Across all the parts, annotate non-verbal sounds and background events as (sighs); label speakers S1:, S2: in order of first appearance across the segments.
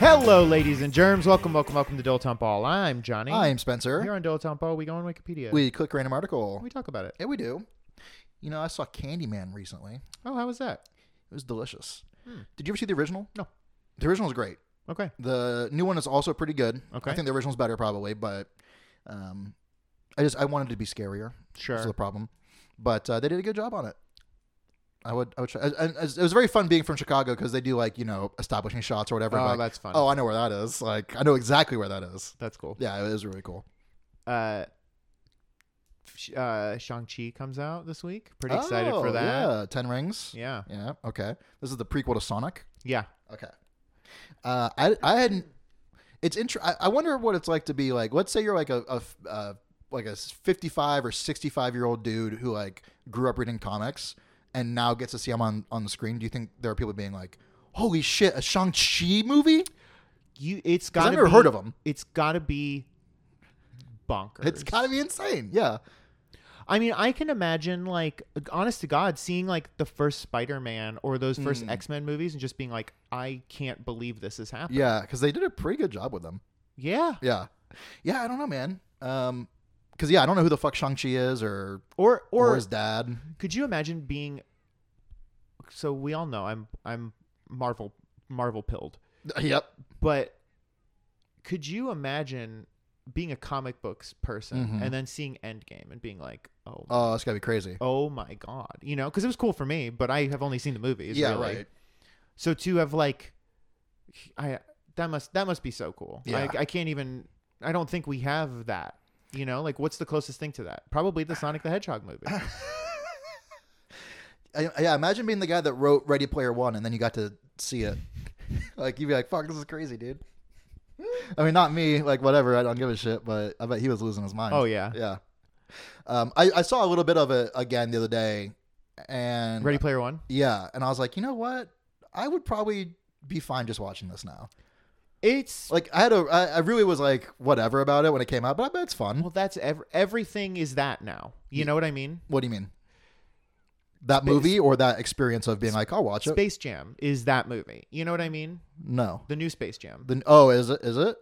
S1: Hello, ladies and germs. Welcome, welcome, welcome to Dilettantepaul. I'm Johnny.
S2: Hi, I'm Spencer.
S1: Here on Dilettantepaul, we go on Wikipedia.
S2: we click random article.
S1: we talk about it.
S2: yeah, we do. You know, I saw Candyman recently. It
S1: Oh, how was that?
S2: was delicious. Did you ever see the original?
S1: Hmm. No.
S2: The original is great.
S1: Okay.
S2: The new one is also pretty good.
S1: Okay.
S2: I think the original's better probably, but um, I just I wanted it to be scarier.
S1: Sure.
S2: That's the problem. But uh, they did a good job on it. I would. I would try. And and it was very fun being from Chicago because they do like you know establishing shots or whatever.
S1: Oh,
S2: like,
S1: that's fun.
S2: Oh, I know where that is. Like I know exactly where that is.
S1: That's cool.
S2: Yeah, it was really cool.
S1: Uh, sh- uh, Shang-Chi comes out this week. Pretty excited for
S2: Oh,
S1: that.
S2: Yeah, Ten Rings.
S1: Yeah. Yeah.
S2: Yeah. Okay. This is the prequel to Sonic.
S1: Yeah.
S2: Okay. Uh, I I hadn't. It's inter- I, I wonder what it's like to be like. Let's say you're like a, a f- uh, like a fifty five or sixty five year old dude who like grew up reading comics and now gets to see them on on the screen. Do you think there are people being like, "Holy shit, a Shang Chi movie"?
S1: You. It's
S2: Because
S1: got.
S2: I've never heard of them.
S1: It's got to be bonkers.
S2: It's got to be insane. Yeah.
S1: I mean, I can imagine, like, honest to God, seeing like the first Spider-Man or those first
S2: Hmm.
S1: X-Men movies, and just being like, I can't believe this is happening.
S2: Yeah, because they did a pretty good job with them.
S1: Yeah.
S2: Yeah. Yeah, I don't know, man. Um, because yeah, I don't know who the fuck Shang Chi is or
S1: Or
S2: or
S1: or
S2: his dad.
S1: Could you imagine being? So we all know I'm I'm Marvel Marvel pilled,
S2: Yep.
S1: but could you imagine being a comic books person
S2: Mhm.
S1: and then seeing Endgame and being like, oh, my-
S2: Oh, that's gotta be crazy.
S1: oh my god, you know? Because it was cool for me, but I have only seen the movies.
S2: yeah,
S1: really.
S2: right.
S1: So to have like, I that must that must be so cool.
S2: Yeah.
S1: I, I can't even. I don't think we have that. You know, like what's the closest thing to that? Probably the Sonic the Hedgehog
S2: (laughs)
S1: movie.
S2: I, yeah, imagine being the guy that wrote Ready Player One, and then you got to see it. (laughs) like you'd be like, "Fuck, this is crazy, dude." I mean, not me. Like, whatever. I don't give a shit. But I bet he was losing his mind.
S1: Oh, yeah.
S2: yeah. Um, I, I saw a little bit of it again the other day, and
S1: Ready Player One.
S2: yeah, and I was like, you know what? I would probably be fine just watching this now.
S1: It's
S2: Like, I had a, I, I really was like, whatever about it when it came out, but I bet it's fun.
S1: Well, that's ev- everything is that now. You know what I mean?
S2: What do you mean? That movie or that experience of being like, I'll watch it?
S1: Space Jam is that movie. You know what I mean?
S2: No.
S1: The new Space Jam.
S2: The, oh, is it? Is it?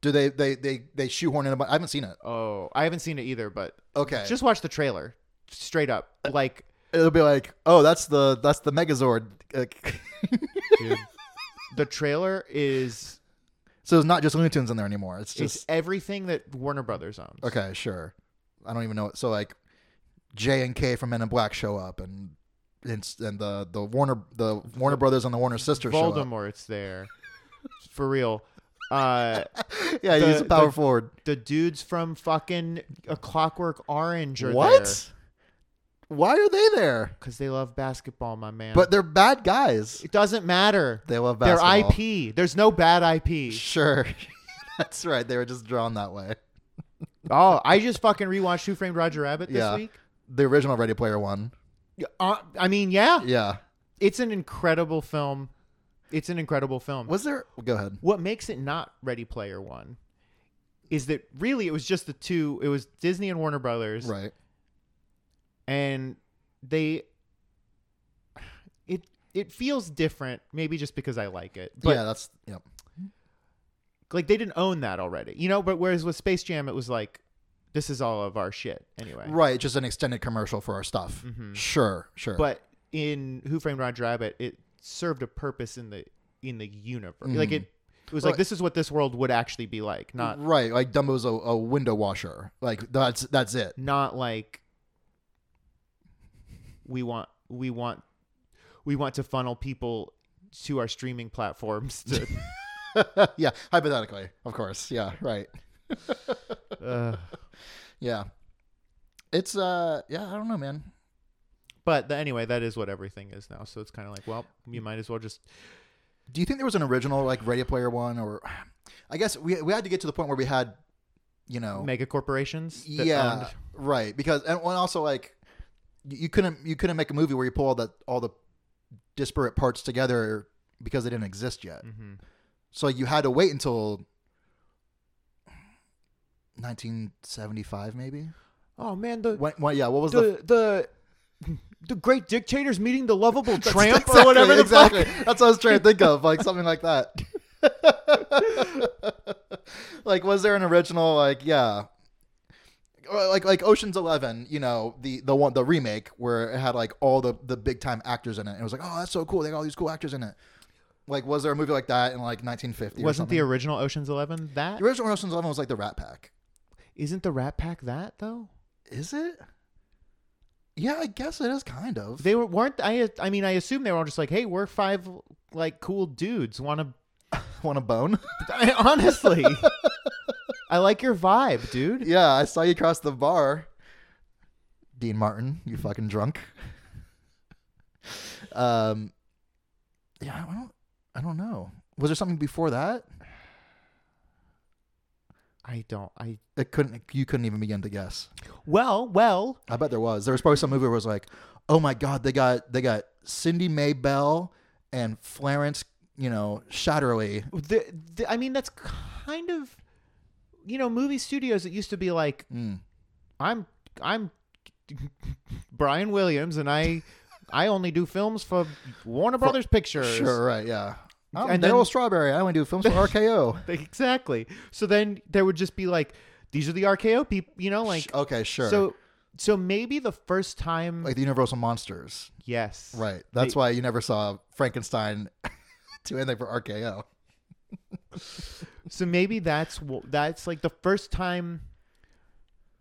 S2: Do they they they they shoehorn in a bunch? I haven't seen it.
S1: oh, I haven't seen it either, but
S2: Okay,
S1: just watch the trailer. Straight up,
S2: (laughs)
S1: like,
S2: it'll be like, oh, that's the that's the Megazord. Like, (laughs)
S1: dude, the trailer is
S2: so it's not just Looney Tunes in there anymore. It's
S1: it's
S2: just
S1: everything that Warner Brothers owns.
S2: okay, sure. I don't even know. So like, J and K from Men in Black show up, and it's and the the Warner the Warner Brothers and the Warner sisters show
S1: Voldemort's there, for real. Uh,
S2: up. (laughs) Yeah, he's
S1: the-
S2: a power
S1: the-
S2: forward.
S1: the dudes from fucking A Clockwork Orange are
S2: What? Why are they there?
S1: Because they love basketball, my man.
S2: But they're bad guys.
S1: it doesn't matter.
S2: They love
S1: They're
S2: basketball.
S1: IP. There's no bad IP.
S2: Sure. (laughs) That's right. They were just drawn that way.
S1: Oh, I just fucking rewatched Who Framed Roger Rabbit this
S2: Yeah.
S1: week.
S2: The original Ready Player One.
S1: Uh, I mean, yeah,
S2: Yeah.
S1: it's an incredible film. It's an incredible film.
S2: Was there? Go ahead.
S1: what makes it not Ready Player One is that really it was just the two. It was Disney and Warner Brothers,
S2: Right.
S1: and they. It it feels different, maybe just because I like it, but
S2: yeah, that's yep.
S1: like they didn't own that already, you know. But whereas with Space Jam, it was like, this is all of our shit anyway.
S2: Right. Just an extended commercial for our stuff. Sure. Sure.
S1: Mm-hmm. but in Who Framed Roger Rabbit, it served a purpose in the in the universe. Like
S2: Mm-hmm.
S1: it, it was like
S2: Right.
S1: this is what this world would actually be like, not
S2: right. Like Dumbo's a, a window washer. Like that's
S1: (laughs)
S2: that's it. (laughs)
S1: not like we want we want we want to funnel people to our streaming platforms.
S2: (laughs)
S1: To,
S2: yeah. Hypothetically, of course. Yeah. Right.
S1: uh,
S2: Yeah. It's uh yeah, I don't know, man.
S1: But the, anyway, that is what everything is now. So it's kind of like, well, you might as well just
S2: Do you think there was an original like Ready Player One or I guess we we had to get to the point where we had you know
S1: mega corporations. that
S2: Oh. yeah,
S1: owned-
S2: right. Because and and also like you you couldn't you couldn't make a movie where you pull all the all the disparate parts together because they didn't exist yet.
S1: Mhm.
S2: So you had to wait until 1975 maybe.
S1: Oh man, the
S2: When, when- yeah, what was the
S1: the the the great dictators meeting the (laughs) lovable tramp
S2: Exactly,
S1: or whatever the fuck.
S2: exactly. That's what I was trying to think of, like something like that. (laughs) like, was there an original? Like, yeah, Or like like Ocean's Eleven. You know, the the one the remake where it had like all the the big time actors in it. And it was like, oh, that's so cool. They got all these cool actors in it. Like, was there a movie like that in like 1950?
S1: Wasn't
S2: or
S1: the
S2: something?
S1: original Ocean's Eleven that?
S2: the original Ocean's Eleven was like the Rat Pack?
S1: Isn't the Rat Pack that though?
S2: Is it? Yeah, I guess it is kind of.
S1: They were weren't. I I mean, I assume they were all just like, hey, we're five like cool dudes. Want (laughs) to
S2: (laughs) Want a bone?
S1: (laughs) honestly. I like your vibe, dude.
S2: Yeah, I saw you cross the bar. Dean Martin, you fucking drunk. um, yeah, I don't, I don't know. Was there something before that?
S1: I don't. I
S2: It couldn't. You couldn't even begin to guess.
S1: well, well.
S2: I bet there was. There was probably some movie where it was like, oh my god, they got they got Cindy May Bell and Florence, you know, Shatterly.
S1: The, the, I mean, that's kind of, you know, movie studios. It used to be like,
S2: Mm.
S1: I'm I'm (laughs) Brian Williams, and I I only do films for Warner Brothers Pictures.
S2: Sure, right, yeah. I'm
S1: And
S2: and
S1: then-
S2: Daryl Strawberry. I only do films for RKO.
S1: Exactly. So then there would just be like, these are the RKO people, you know, (laughs) like
S2: okay, sure.
S1: so. So maybe the first time,
S2: like the Universal Monsters.
S1: yes,
S2: Right. That's why you never saw Frankenstein (laughs) do anything for RKO.
S1: So maybe that's wh- that's like the first time.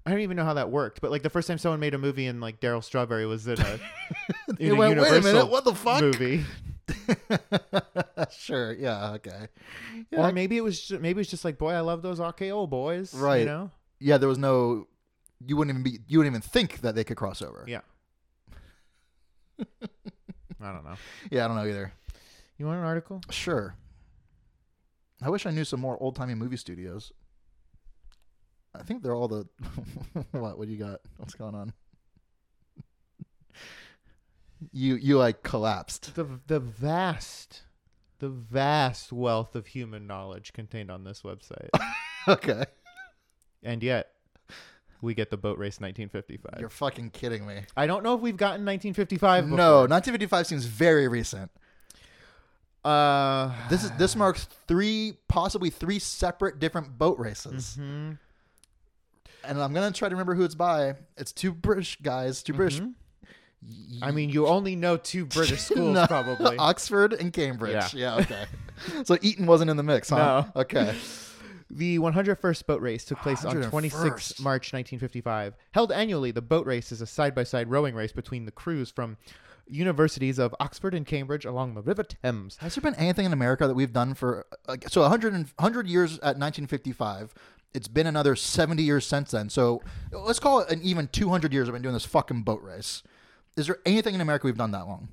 S1: I don't even know how that worked, but like the first time someone made a movie and like Daryl Strawberry was in
S2: (laughs)
S1: a, in
S2: You
S1: a
S2: went, "Wait a
S1: Universal
S2: minute, what the fuck?"
S1: movie,
S2: (laughs) sure. Yeah. Okay. Yeah.
S1: or maybe it was ju- maybe it was just like, boy, I love those RKO boys, You
S2: Right.
S1: know,
S2: yeah. There was no. You wouldn't even be. You wouldn't even think that they could cross over.
S1: (laughs) yeah. I don't know.
S2: Yeah. I don't know either.
S1: You want an article?
S2: Sure. I wish I knew some more old timey movie studios. I think they're all the. (laughs) what? What do you got? What's going on? You you like collapsed. (laughs)
S1: The the vast, the vast wealth of human knowledge contained on this (laughs) website,
S2: Okay.
S1: and yet we get the boat race 1955.
S2: You're fucking kidding me.
S1: I don't know if we've gotten 1955. Before.
S2: No, 1955 seems very recent.
S1: Uh,
S2: This is this marks three, possibly three separate different boat races,
S1: hmm
S2: and I'm gonna try to remember who it's by. It's two British guys, 2 British.
S1: I mean, you only know two Mm-hmm.
S2: (laughs)
S1: British (laughs) schools,
S2: No,
S1: probably.
S2: Oxford and Cambridge.
S1: Yeah.
S2: Yeah, okay. (laughs) so Eton wasn't in the mix, huh?
S1: No. (laughs)
S2: Okay.
S1: The 101st boat race took place on 26
S2: 101st.
S1: March 1955. Held annually, the boat race is a side-by-side rowing race between the crews from universities of Oxford and Cambridge along the River Thames.
S2: Has there been anything in America that we've done for like so 100 and, 100 years at 1955? It's been another 70 years since then. So let's call it an even 200 years. I've been doing this fucking boat race. Is there anything in America we've done that long?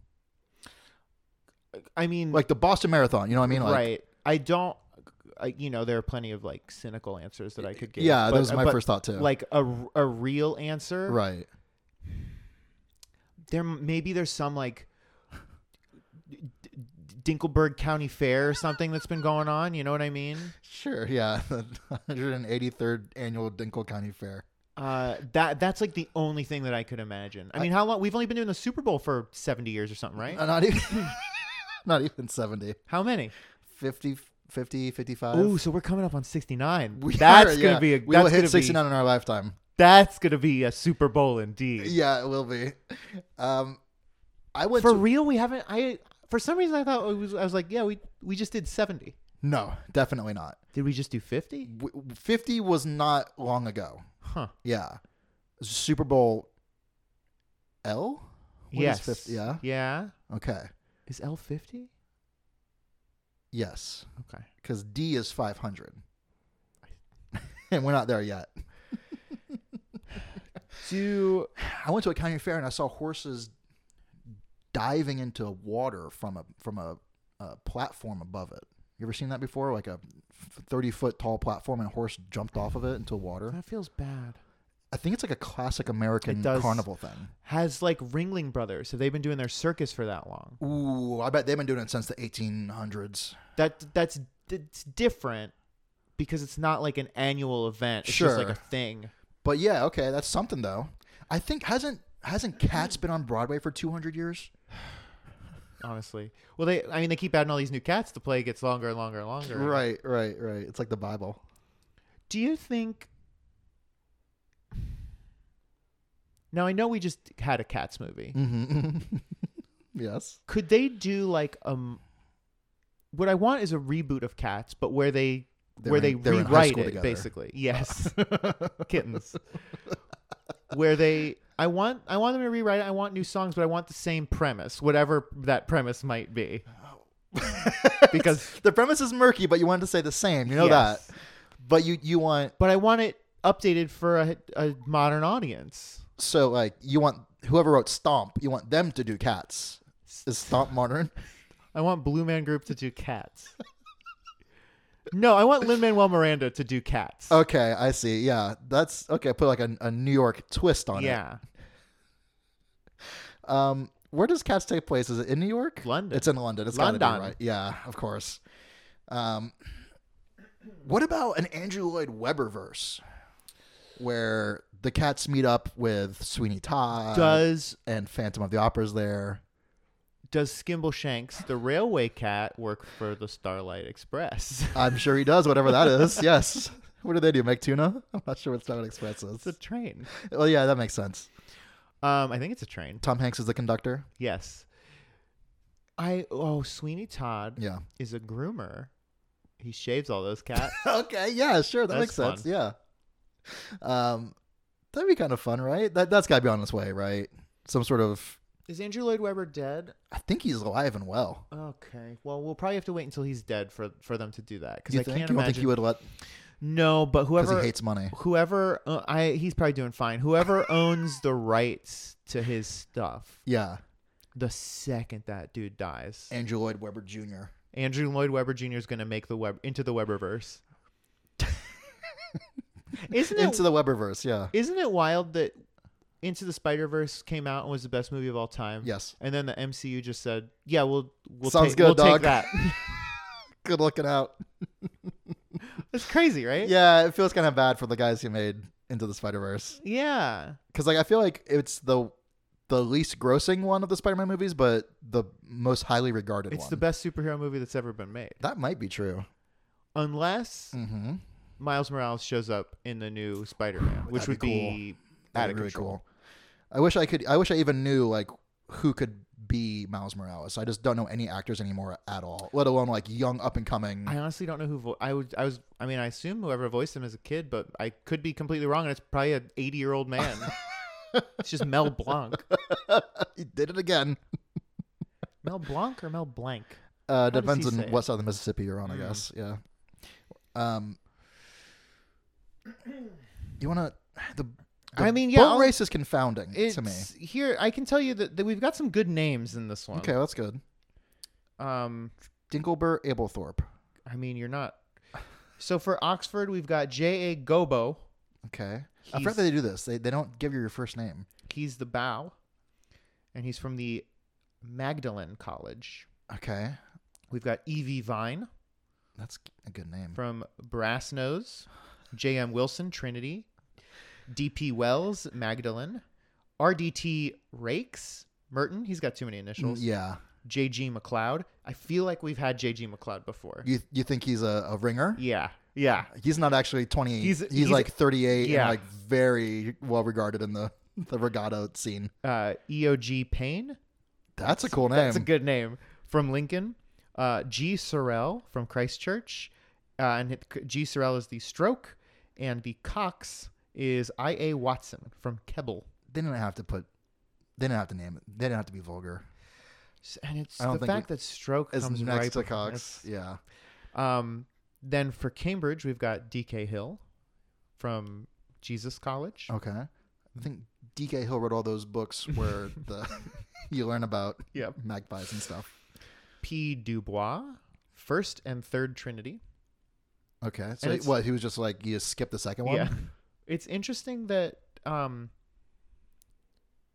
S1: I mean,
S2: Like the Boston Marathon, you know what I mean? Like,
S1: right? I don't. I, you know, there are plenty of like cynical answers that I could give.
S2: Yeah, that
S1: but-
S2: was my
S1: but,
S2: first thought too.
S1: Like a, a real answer,
S2: right.
S1: there maybe there's some like D- D- Dinkelberg County Fair or something that's been going on. You know what I mean?
S2: Sure. Yeah. (laughs) The 183rd annual Dinkle County Fair.
S1: Uh, that that's like the only thing that I could imagine. I mean, how long? We've only been doing the Super Bowl for seventy years or something, right?
S2: Uh, not even. (laughs) not even 70.
S1: How many?
S2: 50, 50 55.
S1: Oh, so we're coming up on sixty nine.
S2: Uh, We
S1: That's
S2: are,
S1: gonna
S2: yeah.
S1: be a
S2: We will
S1: that's gonna
S2: hit 69
S1: Be,
S2: in our lifetime.
S1: that's gonna be a Super Bowl indeed.
S2: Yeah, it will be. Um, I went
S1: For
S2: to.
S1: real, we haven't. I for some reason I thought it was, I was like, yeah, we we just did seventy.
S2: No, definitely not.
S1: Did we just do fifty?
S2: W- 50 was not long ago.
S1: Huh.
S2: Yeah. Super Bowl L? What is
S1: yes.
S2: 50? Yeah.
S1: Yeah.
S2: Okay.
S1: Is L fifty?
S2: Yes.
S1: Okay.
S2: because (laughs) D is 500. and we're not there yet.
S1: Do
S2: I went to a county fair and I saw horses diving into water from a from a, a platform above it. You ever seen that before? Like a thirty foot tall platform and a horse jumped off of it into water.
S1: that feels bad?
S2: I think it's like a classic American
S1: It does.
S2: carnival thing.
S1: Has like Ringling Brothers? Have they been doing their circus for that long?
S2: Ooh, I bet they've been doing it since the eighteen hundreds.
S1: That that's it's different because it's not like an annual event. It's just like
S2: Sure.
S1: a thing.
S2: But yeah, okay, that's something though. I think hasn't hasn't
S1: Mm.
S2: Cats been on Broadway for two hundred years?
S1: Honestly, well, they I mean they keep adding all these new cats. The play gets longer and longer and longer.
S2: Right, right, right. It's like the Bible.
S1: Do you think? Now I know we just had a cats movie.
S2: Mm-hmm. yes.
S1: could they do like um what i want is a reboot of cats but where they
S2: They're
S1: where
S2: in-
S1: they
S2: they're in high
S1: rewrite
S2: school
S1: it
S2: together.
S1: basically
S2: (laughs)
S1: yes kittens where they i want i want them to rewrite it i want new songs but i want the same premise whatever that premise might be because
S2: the premise is murky, but you wanted to say the same. You know
S1: Yes.
S2: that. But you you want
S1: but i want it updated for a, a modern audience
S2: so like you want whoever wrote Stomp, you want them to do cats. Is Stomp modern?
S1: i want blue man group to do
S2: (laughs)
S1: cats no i want lin manuel miranda to do cats
S2: Okay, I see. Yeah, that's okay. Put like a, a New York twist on
S1: yeah
S2: it. Um, where does Cats take place? Is it in New York?
S1: London.
S2: It's in London. It's gotta be,
S1: London.
S2: right? Yeah, of course. Um, what about an Andrew Lloyd Webber verse, where the cats meet up with Sweeney Todd
S1: does
S2: and Phantom of the Opera's there?
S1: does Skimble Shanks, the railway cat, work for the Starlight Express? (laughs)
S2: I'm sure he does, whatever that is. Yes. What do they do? Make tuna? I'm not sure what Starlight Express
S1: it's a
S2: is.
S1: train.
S2: Well, yeah, that makes sense.
S1: Um, I think it's a train.
S2: Tom Hanks is the conductor.
S1: Yes. I oh Sweeney Todd
S2: Yeah.
S1: is a groomer. He shaves all those
S2: (laughs)
S1: cats.
S2: Okay. Yeah. Sure. That
S1: That's
S2: makes sense. Yeah. Um, that'd be kind of fun, right? That that's got to be on its way, right? Some sort of.
S1: is Andrew Lloyd Webber dead?
S2: I think he's alive and well.
S1: Okay. Well, we'll probably have to wait until he's dead for for them to do that because
S2: You
S1: I
S2: think?
S1: can't
S2: you don't
S1: imagine.
S2: think he would let?
S1: No, but
S2: Because
S1: whoever
S2: he hates money.
S1: whoever uh, I he's probably doing fine. Whoever owns the rights to his stuff,
S2: Yeah.
S1: the second that dude dies,
S2: Andrew Lloyd Webber Jr.
S1: Andrew Lloyd Webber Jr. is going to make the web into the
S2: (laughs)
S1: Webberverse. isn't it
S2: Into the Webberverse. Yeah.
S1: not it wild that Into the Spider Verse came out and was the best movie of all time?
S2: Yes.
S1: And then the MCU just said, "Yeah, we'll we'll
S2: Sounds
S1: take,
S2: good,
S1: we'll take
S2: dog." (laughs)
S1: that."
S2: Good looking out.
S1: That's crazy, right?
S2: Yeah, it feels kind of bad for the guys who made Into the Spider Verse.
S1: Yeah.
S2: because like I feel like it's the the least grossing one of the Spider-Man movies, but the most highly regarded
S1: It's
S2: one.
S1: the best superhero movie that's ever been made,
S2: That might be true.
S1: unless
S2: Mm-hmm.
S1: Miles Morales shows up in the new Spider-Man, which would
S2: That'd be cool.
S1: be, out of control.
S2: I wish I could. I wish I even knew like who could be Miles Morales. I just don't know any actors anymore at all, let alone like young up and coming.
S1: I honestly don't know who vo- I would. I was. I mean, I assume whoever voiced him as a kid, but I could be completely wrong, and it's probably an eighty-year-old
S2: (laughs)
S1: man. it's just Mel Blanc.
S2: (laughs) he did
S1: (laughs)
S2: it again.
S1: Mel Blanc or Mel Blank?
S2: Uh,
S1: does
S2: depends
S1: he
S2: on
S1: say
S2: what
S1: it? Hmm.
S2: side of the Mississippi you're on, I guess. Yeah. Um. You want to the. the
S1: I mean, yeah,
S2: boat
S1: I'll-
S2: race is confounding to me.
S1: It's um, here. I can tell you that, that we've got some good names in this one.
S2: Okay, that's good.
S1: Um,
S2: Dinglebert Ablethorpe.
S1: I mean, you're not. So for Oxford, we've got J. A. Gobo.
S2: Okay. I
S1: He's-
S2: forgot that they do this. They, they don't give you your first name.
S1: He's the bow, and he's from the Magdalen College.
S2: Okay.
S1: We've got Evie Vine.
S2: That's a good name.
S1: from Brass Nose, J.M. Wilson, Trinity, D.P. Wells, Magdalene, R.D.T. Rakes, Merton. He's got too many
S2: Mm,
S1: initials.
S2: Yeah.
S1: J.G. McLeod. I feel like we've had J.G. McLeod before.
S2: You you think he's a, a ringer?
S1: yeah. Yeah.
S2: He's not actually 28. He's,
S1: He's-
S2: he's,
S1: he's-
S2: like 38
S1: yeah.
S2: and like very well regarded in the, (laughs) the regatta scene.
S1: Uh, E.O.G. Payne.
S2: That's a cool name.
S1: That's a good name. From Lincoln. Uh, G. Sorrell from Christchurch. Uh, and it- G. Sorrell is the stroke. And the Cox is I.A. Watson from Keble.
S2: they didn't have to put, they didn't have to name it. They didn't have to be vulgar.
S1: S- And it's
S2: I don't
S1: the
S2: think
S1: fact
S2: we-
S1: that stroke
S2: It's
S1: comes
S2: next
S1: right
S2: to
S1: before-
S2: Cox. Yeah.
S1: Um, then
S2: Oh.
S1: for Cambridge, we've got DK Hill from Jesus College.
S2: Okay. I think DK Hill wrote all those books where the (laughs) you learn about
S1: Yep.
S2: magpies and stuff.
S1: P. Dubois, First and Third Trinity.
S2: Okay, so
S1: And
S2: he-
S1: it's-
S2: what he was just like you just skip the second one.
S1: Yeah. It's interesting that um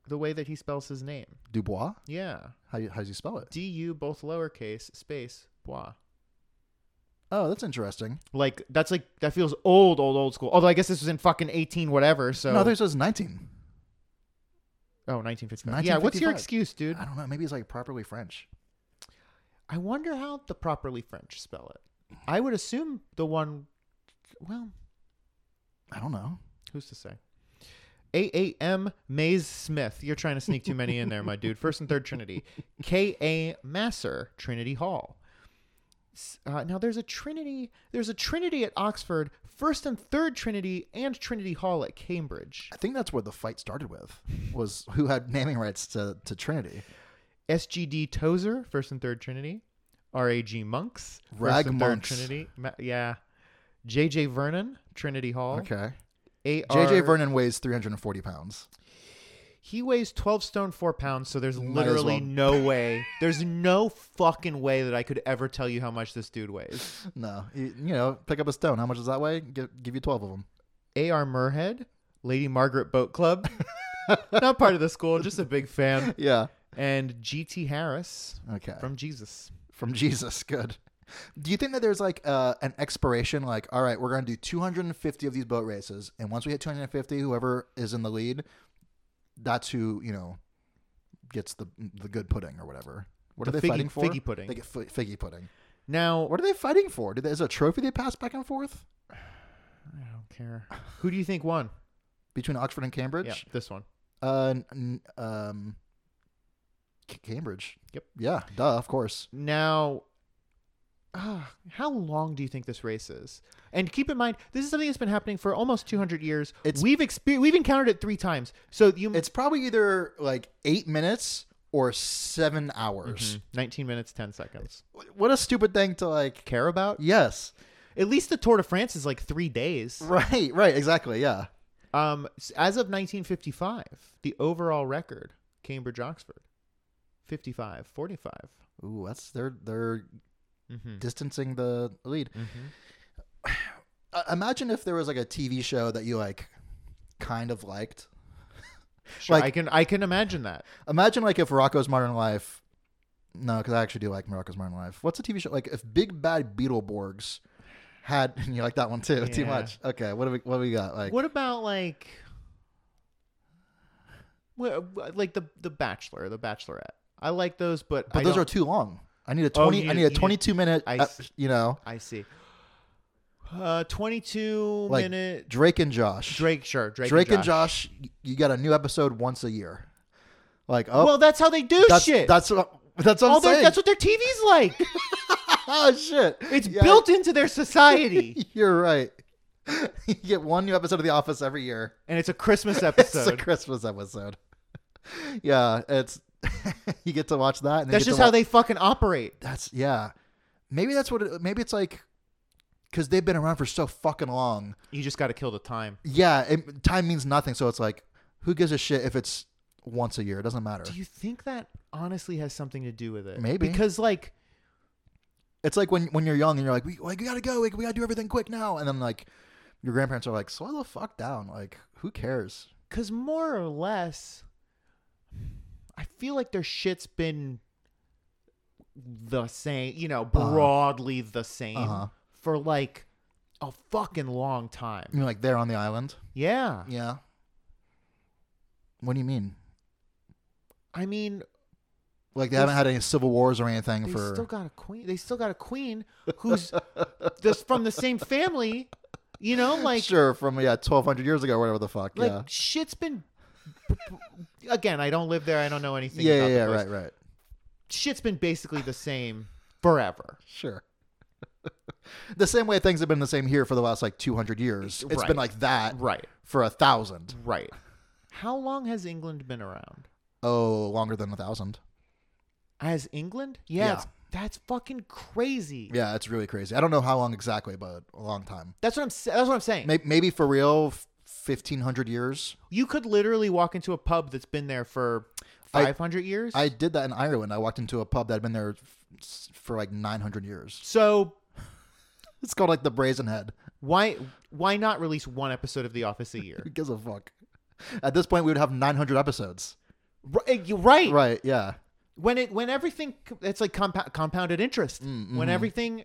S1: the way that he spells his name.
S2: Dubois.
S1: Yeah.
S2: How you, how do you spell it?
S1: D U both lowercase space bois.
S2: Oh, that's interesting.
S1: Like that's like that feels old, old, old school. Although I guess this was in fucking eighteen whatever, so
S2: no, there's was nineteen.
S1: Oh, 1955. Yeah, what's your
S2: 1955.
S1: excuse, dude?
S2: I don't know. Maybe it's like properly French.
S1: I wonder how the properly French spell it. I would assume the one well,
S2: I don't know.
S1: Who's to say? AAM Mays Smith. You're trying to sneak too many in there, my dude. First and third Trinity. KA Masser, Trinity Hall. S- Uh, now there's a Trinity. There's a Trinity at Oxford, First and Third Trinity, and Trinity Hall at Cambridge.
S2: I think that's where the fight started with was who had naming rights to, to Trinity.
S1: SGD Tozer, First and Third Trinity. RAG Monks, First
S2: Rag
S1: and Third
S2: Monks.
S1: Trinity. Ma- yeah. JJ Vernon, Trinity Hall.
S2: Okay.
S1: AR
S2: JJ Vernon weighs 340 pounds.
S1: He weighs 12 stone 4 pounds, so there's
S2: Might as
S1: literally
S2: well.
S1: no way. There's no fucking way that I could ever tell you how much this dude weighs.
S2: No, you, you know, pick up a stone. How much does that weigh? Give, give you 12 of them.
S1: A.R. Murhead, Lady Margaret Boat
S2: (laughs)
S1: Club. Not part of the school, just a big fan.
S2: Yeah.
S1: And G.T. Harris
S2: Okay. From,
S1: from Jesus.
S2: (laughs) Jesus. Good. Do you think that there's like uh, an expiration? Like, all right, we're going to do 250 of these boat races. And once we hit 250, whoever is in the lead, that's who, you know, gets the the good pudding or whatever. What
S1: The
S2: are they
S1: figgy-
S2: fighting for?
S1: figgy pudding.
S2: They get fi- figgy pudding.
S1: Now,
S2: What are they fighting for? Did, is there a trophy they pass back and forth
S1: I don't care. Who do you think won?
S2: between Oxford and Cambridge?
S1: Yeah, this one.
S2: Uh, n- n- um, C- Cambridge.
S1: Yep.
S2: Yeah. Duh. Of course.
S1: Now, ah, how long do you think this race is? And keep in mind, this is something that's been happening for almost 200 years.
S2: It's-
S1: we've experienced, we've encountered it three times. So you,
S2: It's probably either like eight minutes or seven hours.
S1: Mhm. 19 minutes, 10 seconds.
S2: Wh- What a stupid thing to like.
S1: Care about?
S2: Yes.
S1: At least the Tour de France is like three days.
S2: Right. (laughs) Right. Exactly. Yeah.
S1: Um, s- as of 1955, the overall record, Cambridge Oxford, 55, 45.
S2: Ooh, that's they're they're
S1: Mm-hmm.
S2: distancing the lead.
S1: Mm-hmm.
S2: Uh, imagine if there was like a TV show that you like, kind of liked.
S1: Sure,
S2: Like-
S1: I can I can imagine that.
S2: Imagine like if Rocco's Modern Life. No, because I actually do like Rocco's Modern Life. What's a TV show like? If Big Bad Beetleborgs had, (laughs) you like that one too? Too
S1: Yeah.
S2: much. Okay, what do we what do we got? Like
S1: What about like, wha- wha- like the the Bachelor, the Bachelorette? I like those, but,
S2: but
S1: I
S2: those
S1: don't-
S2: are too long. I need a
S1: Oh, you-
S2: twenty. I
S1: you
S2: need a
S1: need-
S2: twenty-two minute.
S1: I
S2: uh,
S1: see.
S2: you know,
S1: I see. Uh, twenty-two
S2: Like,
S1: minute
S2: Drake and Josh.
S1: Drake, sure, Drake,
S2: Drake
S1: and
S2: and
S1: Josh.
S2: Josh. y- You got a new episode once a year. Like oh,
S1: Well, that's how they do
S2: that's
S1: shit.
S2: that's what I- that's what
S1: All
S2: I'm
S1: their,
S2: saying. (laughs)
S1: that's what their TV's like.
S2: oh shit!
S1: It's
S2: Yeah,
S1: built into their society,
S2: (laughs) You're right. (laughs) you get one new episode of The Office every year.
S1: and it's a Christmas
S2: It's a
S1: episode.
S2: Christmas episode. (laughs) yeah, it's (laughs) you get to watch that. And
S1: That's
S2: you get
S1: just
S2: to
S1: how
S2: wa-
S1: they fucking operate.
S2: That's yeah. Maybe that's what. It, maybe it's like because they've been around for so fucking long.
S1: You just got to kill the time.
S2: Yeah, it, time means nothing. So it's like, who gives a shit if it's once a year? It doesn't matter.
S1: Do you think that honestly has something to do with it?
S2: Maybe.
S1: because like
S2: it's like when when you're young and you're like, we like we gotta go. Like, we gotta do everything quick now. And then like your grandparents are like, slow the fuck down. Like, who cares?
S1: because more or less, I feel like their shit's been the same, you know, broadly the same
S2: Uh-huh.
S1: for like a fucking long time.
S2: I mean, like they're on the island.
S1: Yeah.
S2: Yeah. What do you mean?
S1: I mean,
S2: Like they
S1: They're
S2: haven't had any civil wars or anything
S1: they
S2: for
S1: still got a queen. They still got a queen
S2: (laughs)
S1: who's just from the same family, you
S2: (laughs)
S1: know, like
S2: sure from yeah 1200 years ago whatever the fuck
S1: like
S2: yeah
S1: shit's been (laughs) Again, I don't live there. I don't know anything
S2: yeah yeah,
S1: about the
S2: yeah
S1: place.
S2: right right
S1: Shit's been basically the same forever.
S2: sure (laughs) the same way things have been the same here for the last like 200 years It's
S1: Right.
S2: been like that
S1: Right.
S2: for a thousand
S1: Right. How long has England been around?
S2: oh longer than a thousand
S1: As England?
S2: Yeah.
S1: Yeah. it's- That's fucking crazy.
S2: yeah it's really crazy i don't know how long exactly but a long time
S1: That's what I'm sa- that's what I'm saying.
S2: maybe, maybe for real f- 1500 years.
S1: You could literally walk into a pub that's been there for
S2: I-
S1: 500 years.
S2: I did that in Ireland. I walked into a pub that had been there f- for like 900 years.
S1: so
S2: It's called like the Brazen Head.
S1: why why not release one episode of The Office a (laughs) year?
S2: Who gives a fuck? At this point, we would have 900 episodes.
S1: right, you- eh, right.
S2: Right? Yeah.
S1: When it when everything it's like compa- compounded
S2: Mm,
S1: interest.
S2: mm-hmm.
S1: When everything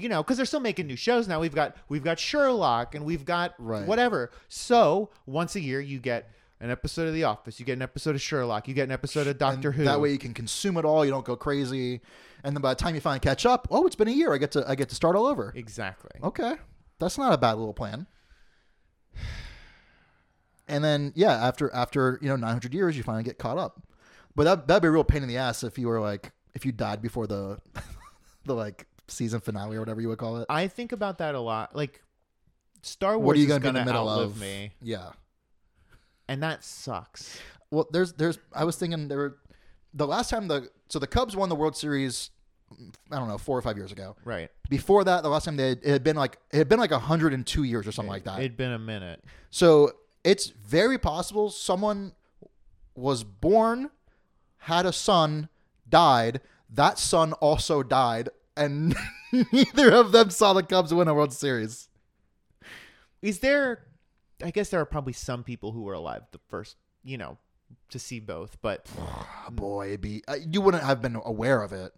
S1: you know, because they're still making new shows now. We've got we've got Sherlock and we've got
S2: Right.
S1: whatever. So once a year, you get an episode of The Office, you get an episode of Sherlock, you get an episode of
S2: And
S1: Doctor Who.
S2: That way you can consume it all. You don't go crazy. And then by the time you finally catch up, oh, it's been a year. I get to I get to start all over.
S1: exactly.
S2: Okay, that's not a bad little plan. And then yeah, after after you know 900 years, you finally get caught up. But that that'd be a real pain in the ass if you were like if you died before the (laughs) the like season finale or whatever you would call it.
S1: I think about that a lot. Like Star Wars
S2: what are you
S1: is
S2: gonna,
S1: going
S2: be
S1: to
S2: in the middle
S1: outlive
S2: of?
S1: me,
S2: Yeah.
S1: and that sucks.
S2: Well, there's there's I was thinking there were the last time the so the Cubs won the World Series. I don't know, four or five years ago.
S1: Right.
S2: Before that, the last time they had, it had been like it had been like 102 years or something like that.
S1: It'd been a minute.
S2: So it's very possible someone was born, had a son, died. That son also died, and (laughs) neither of them saw the Cubs win a World Series.
S1: Is there? I guess there are probably some people who were alive the first, you know, to see both. But
S2: Oh boy, it'd be, uh, you wouldn't have been aware of it.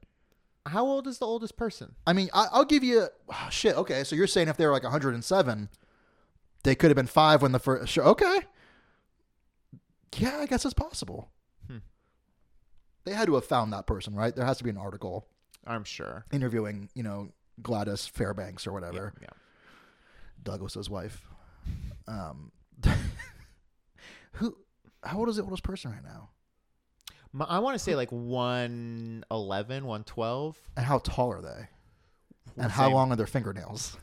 S1: how old is the oldest person?
S2: I mean, I, I'll give you (sighs) ah, shit. Okay, so you're saying if they were like 107, they could have been five when the first. Sure, okay. Yeah, I guess it's possible.
S1: Hmm.
S2: They had to have found that person, right? There has to be an article.
S1: I'm sure.
S2: interviewing, you know, Gladys Fairbanks or
S1: Yeah,
S2: whatever,
S1: yeah.
S2: Douglas's wife. Um, (laughs) who? How old is the oldest person right now?
S1: My- I want to say like 111, 112.
S2: And how tall are they? And how
S1: Same.
S2: long are their fingernails?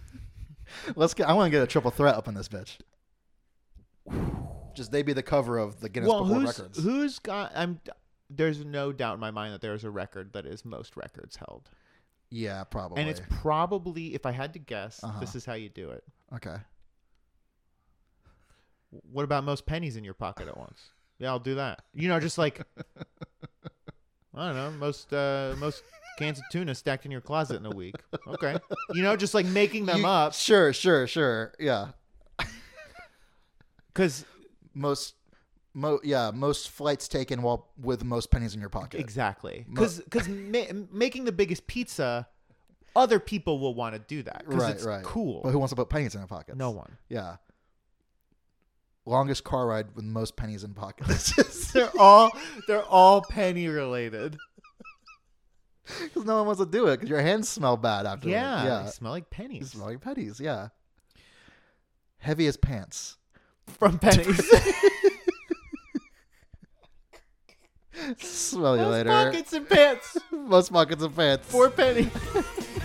S2: (laughs) Let's get. I want to get a triple threat up in this bitch. Just they be the cover of the Guinness
S1: Well,
S2: Book of
S1: who's
S2: Records.
S1: who's got? I'm. There's no doubt in my mind that there is a record that is most records held,
S2: yeah, probably.
S1: and it's probably, if I had to guess,
S2: Uh-huh.
S1: this is how you do it.
S2: okay.
S1: What about most pennies in your pocket at once? Yeah, I'll do that. You know, just
S2: (laughs)
S1: like I don't know, most uh most cans of tuna stacked in your closet in a week. Okay. You know, just like making them
S2: You-
S1: up
S2: Sure, sure, sure. Yeah.
S1: cuz
S2: Most, mo- yeah, most flights taken while with most pennies in your pocket.
S1: exactly. Cuz cuz ma- making the biggest pizza other people will want to do that cuz
S2: Right,
S1: it's
S2: right.
S1: cool.
S2: But who wants to put pennies in their pockets?
S1: no
S2: (laughs)
S1: one.
S2: Yeah. Longest car ride with most pennies in
S1: (laughs)
S2: pockets. (laughs)
S1: they're all they're all penny related.
S2: Because no one wants to do it because your hands smell bad after.
S1: Yeah,
S2: Yeah.
S1: They smell like
S2: You
S1: pennies
S2: smell like pennies. Yeah. Heavy as pants. (laughs)
S1: from pennies.
S2: Smell
S1: (laughs)
S2: you
S1: Those
S2: later.
S1: pockets and pants.
S2: Most pockets of pants.
S1: Four
S2: (laughs)
S1: pennies.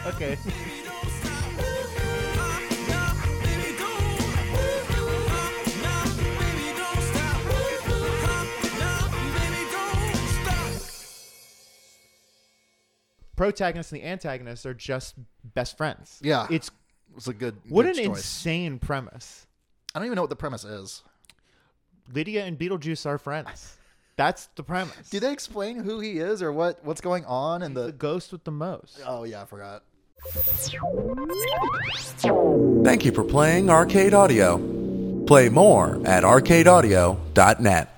S1: okay.
S3: Baby, don't stop. Now, baby, don't. Now, baby, don't stop. Now, baby, don't stop.
S1: protagonist and the antagonist are just best friends.
S2: Yeah.
S1: It's
S2: It's a good.
S1: what
S2: good
S1: an
S2: choice.
S1: insane premise.
S2: I don't even know what the premise is.
S1: Lydia and Beetlejuice are
S2: (laughs)
S1: friends. That's the premise.
S2: Do they explain who he is or what what's going on in
S1: the
S2: the?
S1: ghost with the most.
S2: Oh yeah, I forgot.
S4: Thank you for playing Arcade Audio. Play more at arcadeaudio.net.